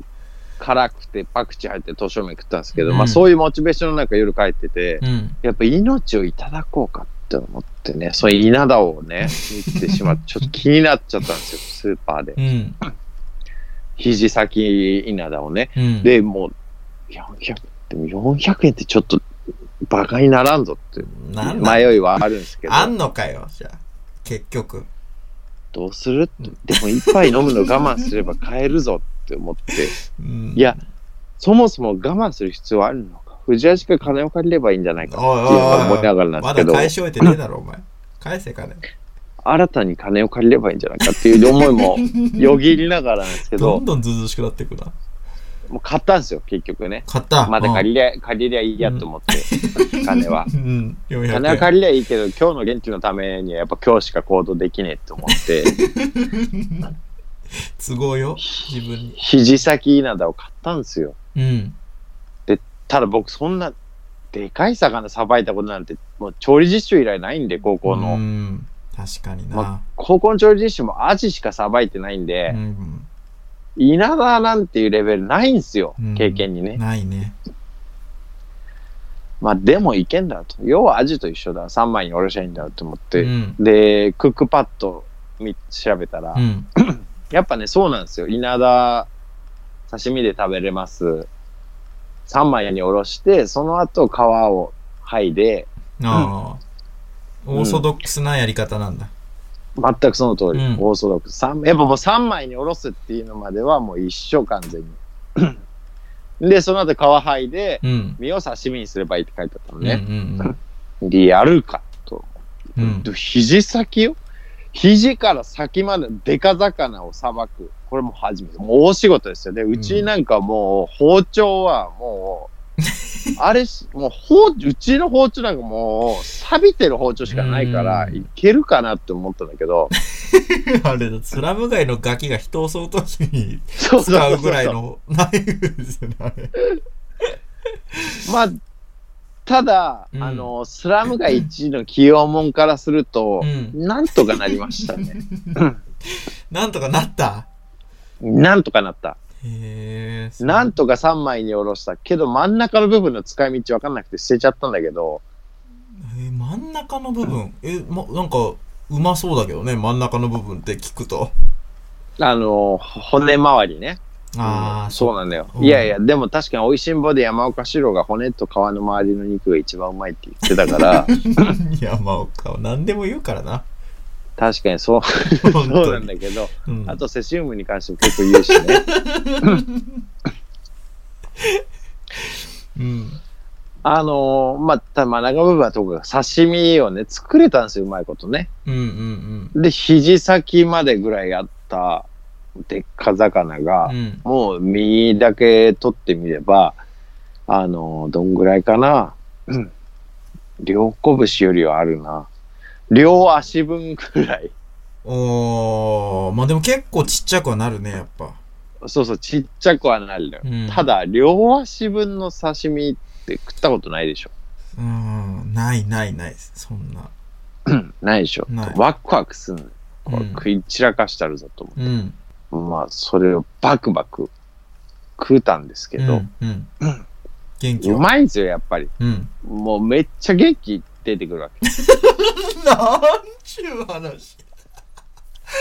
辛くてパクチー入って刀削麺食ったんですけど、うんまあそういうモチベーションの中夜帰ってて、うん。やっぱ命をいただこうかって思ってね、そういう稲田をね、見てしま って、ちょっと気になっちゃったんですよ、スーパーでう。ん。肘先稲田をね。うん。で、もう、400、でも400円ってちょっと、馬鹿にならんぞって、なんだ迷いはあるんですけど、あんのかよ、じゃあ。結局。どうするって、でも一杯飲むの我慢すれば買えるぞって思って、うん。いや、そもそも我慢する必要あるのか。藤橋から金を借りればいいんじゃないかおいおいっていうのをおい思いながらなんでますけだど、返し終えてねえだろ、お前。返せ金。新たに金を借りればいいんじゃないかっていう思い もよぎりながらなんですけどどん、どんずうずうしくなっていくな。もう買ったんですよ、結局ね。買った。まだ借り。りりゃ、借りりゃいいやと思って、金 は。うん、400円。金は借りりゃいいけど、今日の元気のためにはやっぱ今日しか行動できねえと思 って、都合よ、自分に。肘先稲田を買ったんですよ。うん。ただ僕そんな、でかい魚さばいたことなんて、もう調理実習以来ないんで、高校の。うん。確かにな。ま高校の調理実習もアジしかさばいてないんでう、ん、稲田なんていうレベルないんですようん、経験にね。ないね。まあでもいけんだと。要はアジと一緒だ。3枚におろしゃいいんだと思っうて。ん。で、クックパッドみ調べたら、うん。やっぱね、そうなんですよ。稲田、刺身で食べれます。3枚におろして、その後皮を剥いで、ああ、んオーソドックスなやり方なんだ。全くその通り、うんオーソドックス。三やっぱもう3枚におろすっていうのまではもう一緒完全 に。で、その後皮剥いで、うん。身を刺身にすればいいって書いてあったのうんね。うんリアルかと。うん。 うん。肘先よ肘から先までデカ魚をさばく。これもう初めて。もう大仕事ですよね。うちなんかもう包丁はも う、あれし、もう包、うちの包丁なんかもう錆びてる包丁しかないから、うんいけるかなって思ったんだけ ど、あれだ、スラム街のガキが人を襲うときにそ使うぐらいのナイフですよね、あれ。まあ、ただ、うんあの、スラム街一の起用門からするとう、ん。なんとかなりましたね。なんとかなった。なんとかなった。へえ。なんとか3枚におろした。けど真ん中の部分の使い道わかんなくて捨てちゃったんだけど、えー真ん中の部分。え、ま、なんか、うまそうだけどね、真ん中の部分って聞くと。あの、骨周りね。あうあ、んそうう。なんだよ。うんいやいや、でも確かに美味しんぼで山岡四郎が骨と皮の周りの肉が一番うまいって言ってた から、山岡は何でも言うからな。確かにそう、 そう本な当んに。だけど、うんあとセシウムに関しても結構言うしね。うん。あのーまあ、たまあ、長部分はとか刺身をね、作れたんですよ、うまいことね。うんうんで、肘先までぐらいあった、でっか魚うが、ん。うん。もう身だけ取ってみれば、あのーどんぐらいかな。うん両拳よりはあるな。両足分ぐらい。おー、まあでも結構ちっちゃくはなるね、やっぱ。そうそう、ちっちゃくはなるのよ。うんただ、両足分の刺身って食ったことないでしょ。うん、ないないない、そんな。ないでしょない。ワクワクすんの。こうれん食い散らかしたるぞと思ってうん。まあ、それをバクバク食うたんですけうど、ん。うん。元う気は。まいんですよ、やっぱり。うん。 もうめっちゃ元気出てくるわけ。なんちゅう話。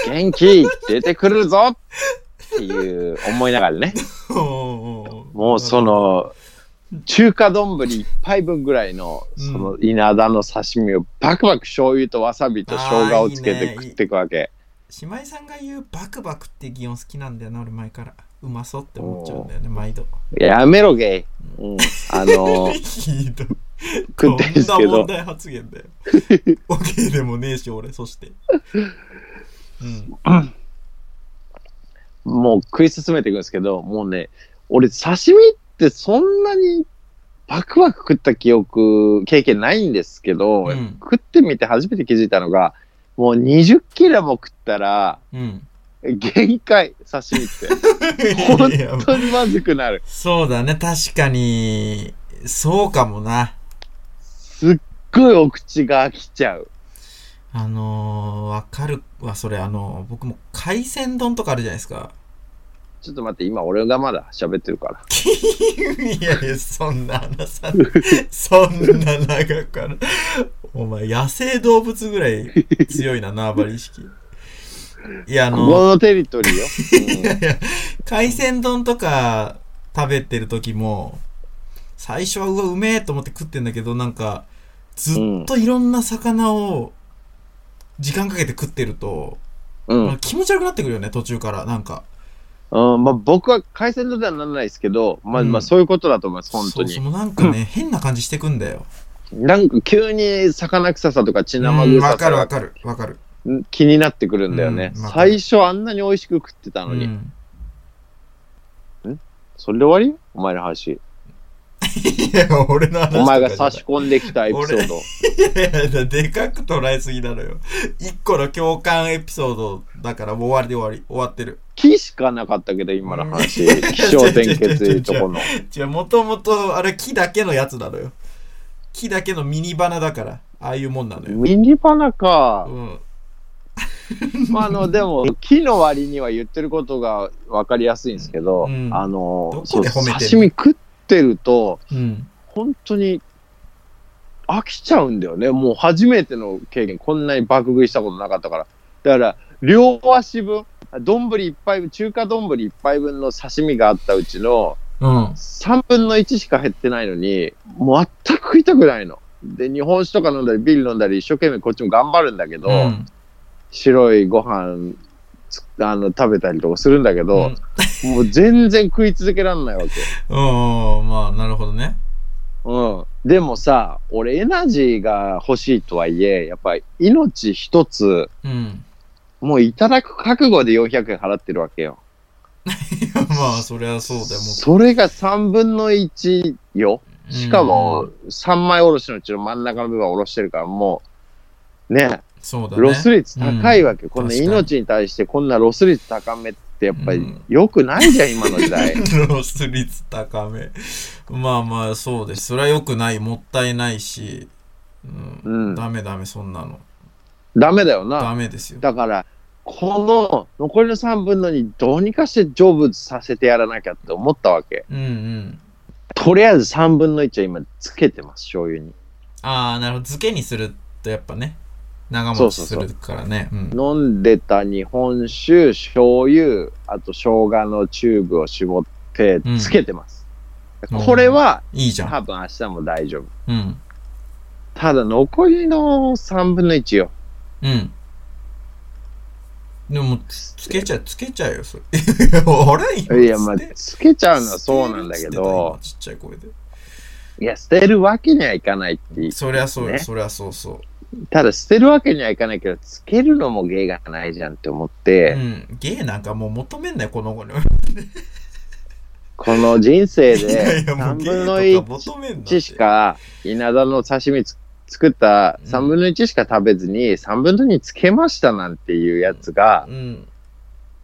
元気出てくるぞっていう思いながらね。もうそ、の、中華丼一杯分ぐらいの、うんその稲田の刺身をバクバク醤油とわさびと生姜をつけあーいいてね食っていくわけ。姉妹さんが言うバクバクって擬音好きなんだよな、俺前から。うまそうって思っちゃうんだよね、毎 度。、やめろゲイ。うん。あのひどい。食ってんですけこんな問ど、題発言だよ。オッケーでもねえし、俺、そして。うん。もう食い進めていくんですけど、もうね、俺刺身ってそんなにバクバク食った記憶、経験ないんですけど、うん食ってみて初めて気づいたのが、もう20キロも食ったら、うん。限界、刺身 って。本当にまずくなる。そうだね、確かに、そうかもな。すっごいお口が飽きちゃう。あのー、わかるわ、それ、あのー僕も海鮮丼とかあるじゃないですか。ちょっと待って、今俺がまだ喋ってるから。 いやいや、そんな話さない、そんな長くから。お前、野生動物ぐらい強いな、縄張り意識。いや、あこのー、のテリトリー よ。海鮮丼とか食べてる時も、最初はうわ、うめえと思って食ってんだけど、なんか、ずっといろんな魚を時間かけて食ってると、うん。うまあん。気持ち悪くなってくるよね、途中から。なんか、うん、まあ僕は回線とではならないですけど、まあ、うんまあそういうことだと思います、本当に。そうそうなんかね、変な感じしてくんだよ。なんか急に魚臭さとか血生うん臭わさかるわがかるわかる。気になってくるんだよね。うんわかる最初あんなに美味しく食ってたのに。うんそれで終わりお前の話。いや、俺の話とかじゃない。お前が差し込んできたエピソード。いやいやでかく捉えすぎなのよ。一個の共感エピソードだからもう終わりで終わり、終わってる。木しかなかったけど、今の 話。気象転結いうとこの。違う、もともとあれ木だけのやつなのよ。木だけのミニバナだから、ああいうもんなのよ。ミニバナかう。ん。まあ、あの、で も、木の割には言ってることが分かりやすいんですけど、うんあどの、こで褒めてんの刺身食ってると、うん。本当に飽きちゃうんだよね。もう初めての経験、こんなに爆食いしたことなかったから。だから、両足分、丼一杯分、中華丼一杯分の刺身があったうちの、うん。 3分の1しか減ってないのに、もう全く食いたくないの。で、日本酒とか飲んだり、ビール飲んだり、一生懸命こっちも頑張るんだけど、うん白いご飯つあの食べたりとかするんだけうんど、もう全然食い続けられないわけ。うん。まあ、なるほどね。うん。でもさ、俺エナジーが欲しいとはいえ、やっぱり命一つ、 うん。もういただく覚悟で400円払ってるわけよ。いやまあ、そりゃそうだよ。もそれが3分の1よ。うしかうもん、 3枚おろしのうちの真ん中の部分はおろしてるから、もう、ね、そうだね。ロス率高いわけよ。こんな確かに命に対してこんなロス率高めってやっぱうりん良くないじゃん、今の時代。ロス率高め。まあまあ、そうです。それは良くない、もったいないし、うん。うん。ダメダメ、そんなの。ダメだよダな。メですよ。だから、この残りの3分の2どうにかして成仏させてやらなきゃって思ったわけ。うんうん。とりあえず3分の1は今つけてます、醤油に。ああ、なるほど。漬けにするとやっぱね、長そ持うちそうすそうるからね。うん飲んでた日本酒、醤油、あと生姜のチューブを絞ってうんつけてます。うんこれはいいじゃん。多分明日も大丈夫。うん。ただ残りの3分の1よ。うん。でも、つけちゃう、つけちゃうよ、それ。 いやあれ今いや、まあ捨て、つけちゃうのはそうなんだけど、捨てるっつってた今ちっちゃい声で。いや、捨てるわけにはいかないっていう。そりゃそうよ、ねそりゃそうそう。ただ、捨てるわけにはいかないけど、つけるのも芸がないじゃんって思っうて、ん。芸なんかもう求めんなよ、この子に。この人生 いやでいや、も3う芸分のとか1求めんなって。しか、稲田の刺身つ作ったうん3分の1しか食べずに、3分の2つけましたなんていうやつが、うん。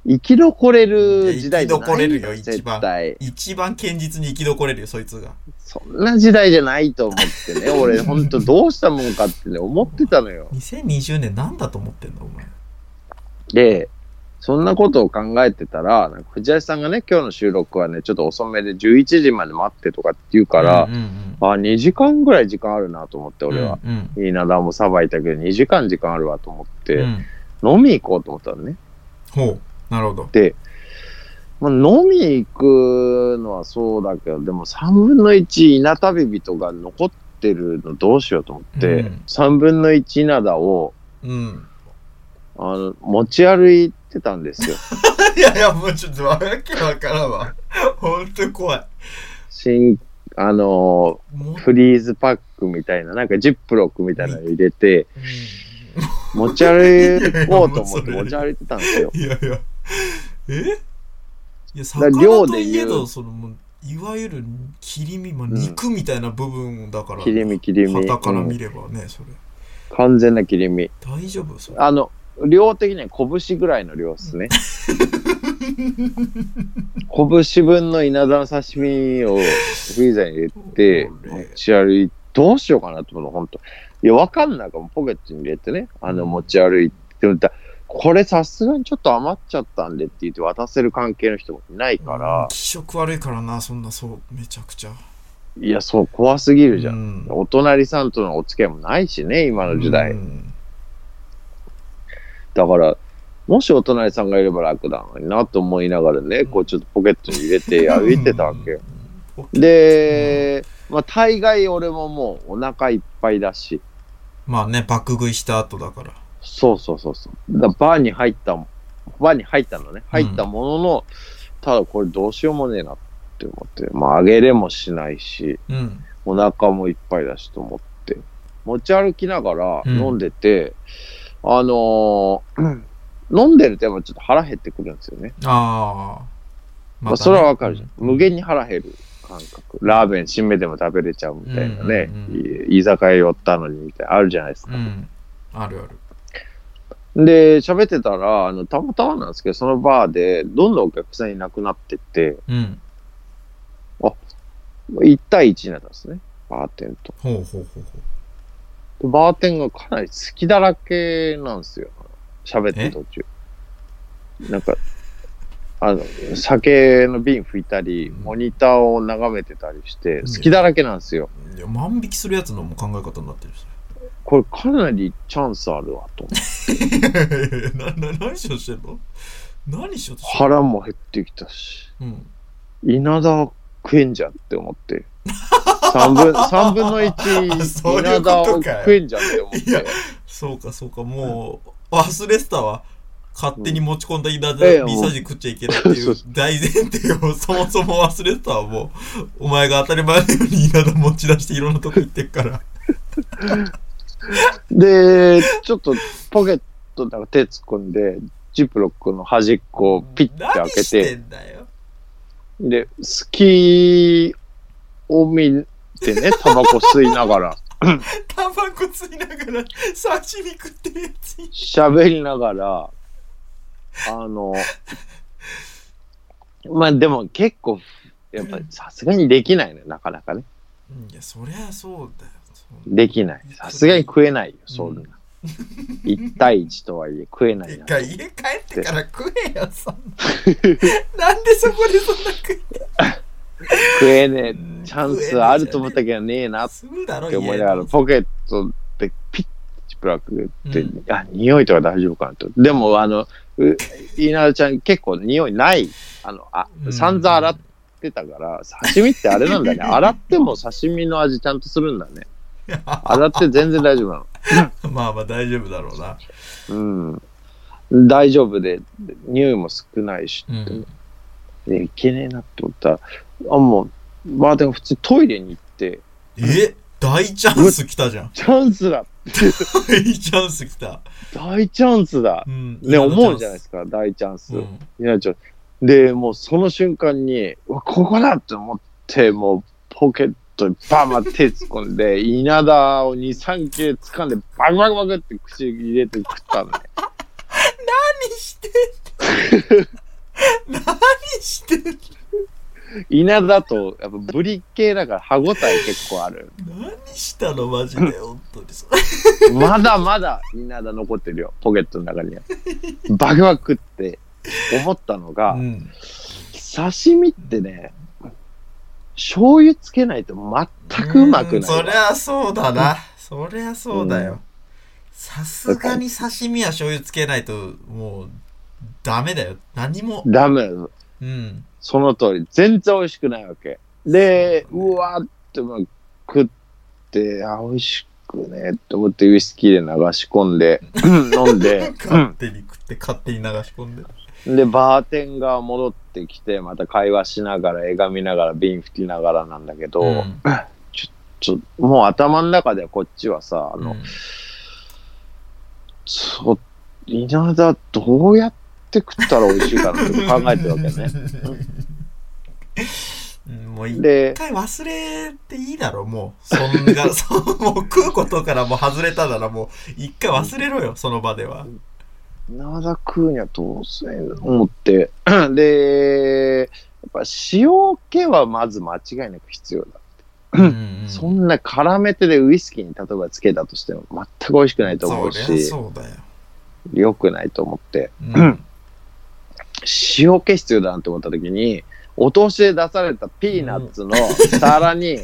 生き残れる時代じゃないいや生き残れるよ一絶番対。一番堅実に生き残れるよ、そいつが。そんな時代じゃないと思ってね、俺、ほんとどうしたもんかってね、思ってたのよ。 2020年なんだと思ってんの、お前。で、そんなことを考えてたら、なんか藤井さんがね、今日の収録はね、ちょっと遅めで11時まで待ってとかって言うから、うんうんうん、あ、2時間ぐらい時間あるなと思って、俺は。うんうん。いいな、ダもさばいたけど、2時間時間あるわと思って、うん飲み行こうと思ったのね。ほう、なるほど。で、まあ、飲み行くのはそうだけど、でも3分の1稲旅人が残ってるのどうしようと思って、うん3分の1稲田をうん。 あの持ち歩いてたん ですよ。いやいや、もうちょっとわけわからんわ。ほんと怖い。新、あのー、もフリーズパックみたいな、なんかジップロックみたいなの入れて、う持ち歩こうと思っ いやいやもうそてれ持ち歩いてたんですよ。ん、いやいや。えいや、ら魚量とでいえ言うど、そのもう、いわゆる切り身、まあ、ん肉みたいな部分だから、切り身切り身。旗からう見んればね、それ。完全な切り身。大丈夫それ。あの、量的には拳ぐらいの量です ね。拳分の稲田の刺身をフリーザーに入れて、これ持ち歩いどうしようかなと思うの、本当。いや、わかんないから、ポケットに入れてね、あの、持ち歩いてた。これさすがにちょっと余っちゃったんでって言って渡せる関係の人もいないかうんら、気色悪いからな、そんな、そう、めちゃくちゃ。いや、そう、怖すぎるじゃ。うんんお隣さんとのお付き合いもないしね、今の時代。うんだから、もしお隣さんがいれば楽だのになと思いながらね、こうちょっとポケットに入れて歩いてたわけよ。。うん、で、まあ大概俺ももうお腹いっぱいだし、まあね、爆食いした後だから。そうそうそうそう。だからバーに入ったも、バーに入ったのね。入ったものの、ただこれどうしようもねえなって思って、まあ、上げれもしないし、うん。お腹もいっぱいだしと思って、持ち歩きながらうん飲んでて、あのー飲んでるとやっぱちょっと腹減ってくるんですよね。ああ。まあ、それはわかるじゃん。うん無限に腹減る感覚。ラーメン、新芽でも食べれちゃうみたいなね。うんい居酒屋寄ったのにみたいな、あるじゃないですか。うん。あるある。で、喋ってたら、あの、たまたまなんですけど、そのバーで、どんどんお客さんいなくなってって、うん。 1対1になったんですね。バーテンと。ほうほうほうほう。でバーテンがかなり好きだらけなんですよ。喋ってる途中。なんか、あの、酒の瓶拭いたり、モニターを眺めてたりして、好きだらけなんですよ。いや万引きするやつのも考え方になってるし。 これかなりチャンスあるわと思って。なな何しようとしてんの何しようとしてんの腹も減ってきたし、うん。稲田食えんじゃんって思って。3分、 三分のそう1、いう稲田ことかよを食えんじゃんって思っいやて。そうか、そうか、もう、忘れてたわ。勝手に持ち込んだイナダええもうビサジ食っちゃいけないっていそううそ大前提を そもそも忘れてたわ、もう。お前が当たり前のようにイナダ持ち出していろんなとこ行ってっから。で、ちょっとポケットなんか手突っ込んで、ジップロックの端っこをピッて開何けしてて、んだよ。で、隙を見てね、タバコ吸いながら、 タバコ吸いながら刺身食ってるやつい喋りながら、あの、まあでも結構、やっぱりさすがにできないね、なかなかね。や、そりゃそうだよ。そうできない。さすがに食えないよ、そんな。1対1とはいえ食えない一な。回家帰ってから食えよ、そん な。なんでそこでそんな食い食えねうんえ、チャンスあると思ったけどねえなっすぐだろ、て家思いながら、ポケットでピッチプラグって、うんあ、匂いとか大丈夫かなと。でも、あの、う稲田ちゃん結構匂いない。あの、あう、ん散々洗ってたから、刺身ってあれなん だね。洗っても刺身の味ちゃんとするんだね。洗って全然大丈夫なの。まあまあ大丈夫だろうな。うん。大丈夫で、匂いも少ないし、うん。でいけねえなって思ったら、あ、もう、バーテンが普通にトイレに行って、え大チャンス来た じゃん。チャンスだ大チャンス来た。大チャンスだうん。ね、思うじゃないですか、大チャンス。うん。稲田ちゃん。で、もうその瞬間に、うわ、ここだって思って、もうポケットにバンバン手突っ込んで、 稲田を2、3切れ掴んで、バグバグバグって口に入れて食ったのね。何してんの何してんの稲田と、やっぱブリ系だから歯ごたえ結構ある。何したのマジで、本当に。それまだまだ稲田残ってるよ、ポケットの中には。バグバグ食って思ったのが、うん。刺身ってね、醤油つけないと全くうまくなんいそわ。りゃそうだな。そりゃそうだよ。さすがに刺身や醤油つけないと、もう、ダメだよ。何も。ダメだよ。うん。その通り。全然美味しくないわけ。で、うわーってまあ食って、あ、美味しくねって思ってウイスキーで流し込んで、飲ん で、勝手に食って、勝手に流し込んで。で、バーテンが戻ってきて、また会話しながら、映画見ながら、瓶吹きながらなんだけど、うんちょもう頭の中ではこっちはさ、あの、うんそう、稲田どうやって食ったら美味しいかなって考えてるわけね。 うんもう一で、回忘れていいだろ、もう。そんな、そう、もう食うことからもう外れたならもう、一回忘れろよ、その場では。稲田食うにはどうせ思って、 で、やっぱ塩気はまず間違いなく必要だ。うんうんそんな絡めてでウイスキーに例えばつけたとしても全く美味しくないと思うそりゃし、そうだよ。良くないと思って、うん。塩気必要だなって思った時に、お通しで出されたピーナッツの皿に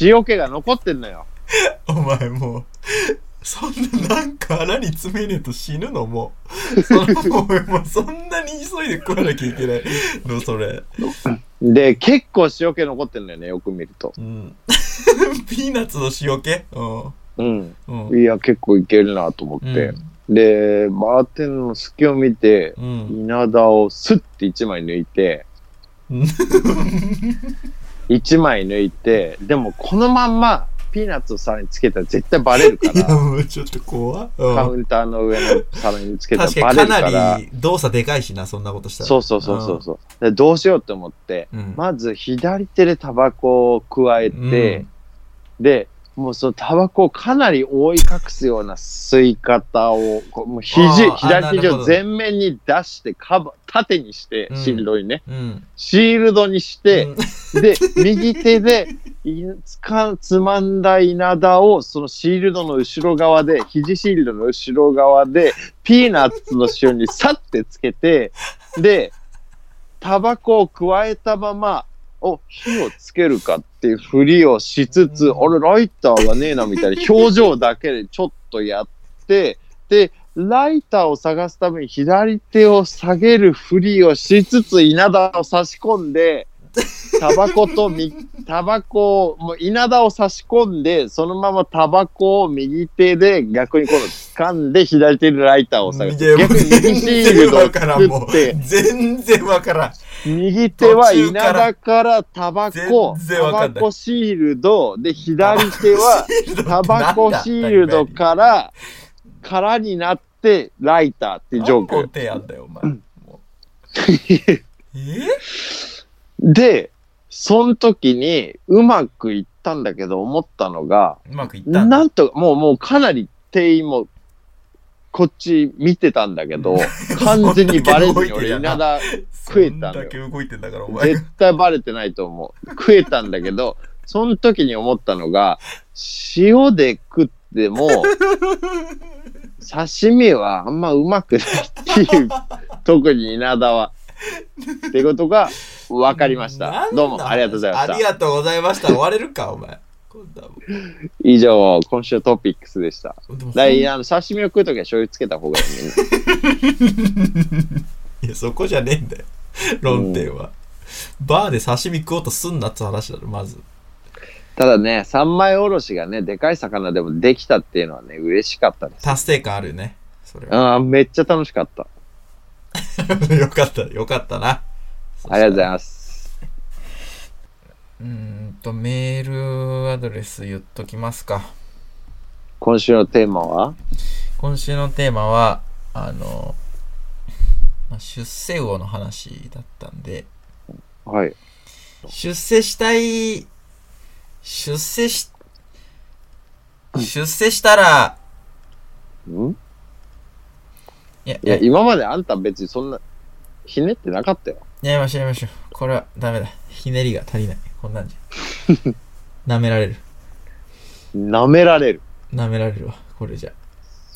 塩気が残ってんのよ。お前もう、そんな、なんか穴に詰めねえと死ぬの、もう。そのもう、もうそんなに急いで食わなきゃいけないの、それ。で、結構塩気残ってんのよね、よく見ると。うん。 ピーナッツの塩気ううん。ん。うん。いや、結構いけるなと思って。で、バーテンの隙を見て、うん。稲田をスッて一枚抜いて、一枚抜いて、でもこのまんまピーナッツを皿につけたら絶対バレるかいや、ら、も うちょっと怖っうんカウンターの上の皿につけたら確バかにレかるから、なり動作でかいしな、そんなことしたら。そうそうそうそうそう。でどうしようと思って、うん。うんまず左手でタバコを加えて、で、もうそのタバコをかなり覆い隠すような吸い方を、こうもう肘、あーあ左な手るほをど全面に出して、カバー、縦にしてう、んシールドにね、うん。シールドにして、で、右手で、いつか、つまんだ稲田を、そのシールドの後ろ側で、肘シールドの後ろ側で、ピーナッツの塩にさってつけて、で、タバコを加えたまま、お、火をつけるかっていうふりをしつつ、うんあれ、ライターがねえな、みたいな表情だけでちょっとやって、で、ライターを探すために左手を下げるふりをしつつ、稲田を差し込んで、タバコとみ、タバコを、もう稲田を差し込んで、そのままタバコを右手で逆に今度掴んで、左手でライターを探す。いやもう逆に右シールドを全然わから んも作うって、全然わからん。右手は稲田からタバコ、全然タわかバんないコシールド、で、左手はタバコシールドらから、空になって、ライターっていうジョーク。提案だよ、お前。 もうえで、その時にうまくいったんだけど思ったのが、うまくいったんだなんと、もうもうかなり店員もこっち見てたんだけど、完全にバレずに俺そんだけ動いてりゃな稲田食えたんだよそんだけ動いてんだから、お前。絶対バレてないと思う。食えたんだけど、その時に思ったのが、塩で食っても、刺身はあんまうまくないって いう、特に稲田は。ってことが分かりましなんた。だどうもありがとうございまあした。りがとうございました。終われるか、お前。こんなもん以上、今週トピックスでした。でもだいあの刺身を食うときは醤油つけた方がいい、ね。いや、そこじゃねえんだよ。論点は。バーで刺身食おうとすんなって話だろ、まず。ただね、三枚おろしがね、でかい魚でもできたっていうのはね、嬉しかったです。達成感あるよね。それは。ああ、めっちゃ楽しかった。 よかった、よかったな。ありがとうございまます。す。うーんと、メールアドレス言っときますか。今週のテーマは今週のテーマは、あの、まあ出世魚の話だったんで、はい。出世したい、出世し、出世したら、んいいや、いやや、、今まであんた別にそんな、ひねってなかったよ。やりましょう、やりましょう。これはダメだ。ひねりが足りない。こんなんじ ゃ。舐められる。舐められる。舐められるわ、これじゃ。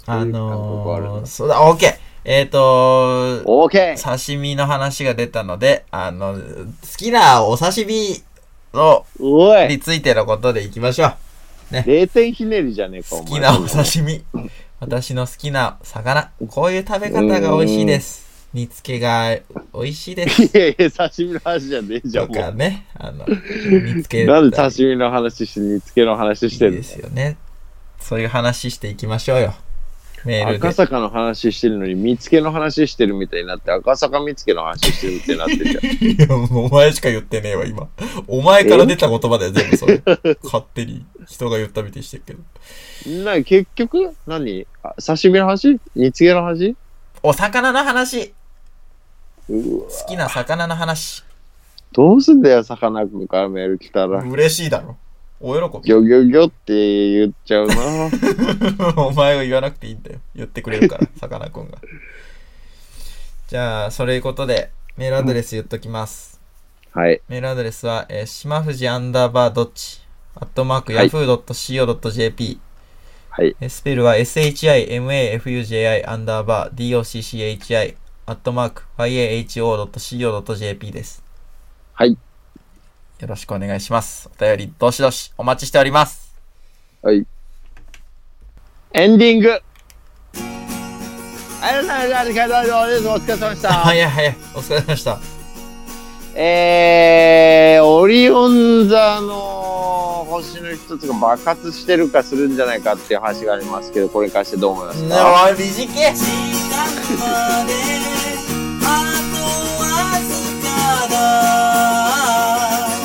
あそういう感覚あのー、るそうだ、オッケーえっ、ー、とオーケー刺身の話が出たので、あの、好きなお刺身の、おいについてのことでいきましょう。 0点ひねりじゃねえか、お好前。きなお刺身。私の好きな魚。こういう食べ方が美味しいです。煮付けが美味しいです。いやいや、刺身の話じゃねえ じゃとん、もうかね。あの、煮付けたなりんで刺身の話して、煮付けの話していいるですよね。そういう話していきましょうよ。メのールで赤。坂の話してるのに、煮付けの話してるみたいになって、赤坂煮付けの話してるみたいになってるじゃん。いや、もうお前しか言ってねえわ、今。お前から出た言葉だよ、全部それ。勝手に人が言ったみたいにしてるけど。な結局何あ刺身の話煮付けの話お魚の話うわ好きな魚の話どうすんだよ、魚くんからメール来たら。嬉しいだろ。お喜び。ギョギョギョって言っちゃう な。お前は言わなくていいんだよ。言ってくれるから、さかなクンが。じゃあ、それいうことで、メールアドレス言っときます。はい。メールアドレスは、えー、しまふじアンダーバードッチ、アットマーク、ヤフー .co.jp。はい。えースペルは SHIMAFUJI アンダーバー DOCCHI アットマーク YAHO.CO.jp です。はい。よろしくお願いします。お便りどしどしお待ちしております。はい。エンディングありがとうございます。お疲れ様でした。はいはい、お疲れ様でした。えー、オリオン座の星の一つが爆発してるかするんじゃないかっていう話がありますけど、これに関してどう思いますかおい、短え時間まであとわずかだ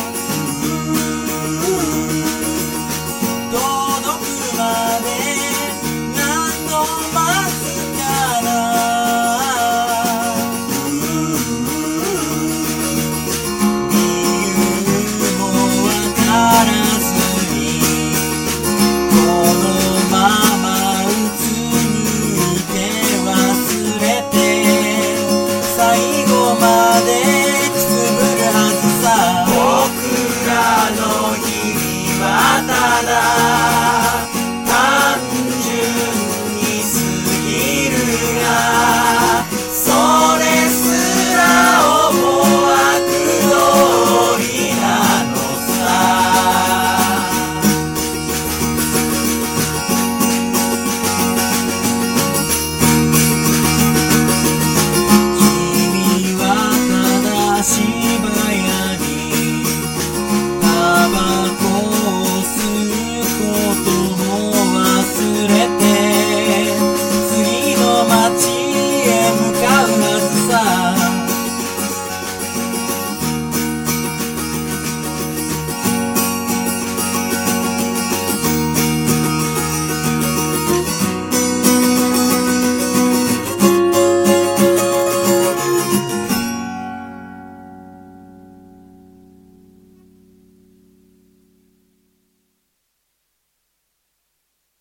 だ単純に過ぎるがそれすら思惑通りなのさ君はただ芝居にタバコ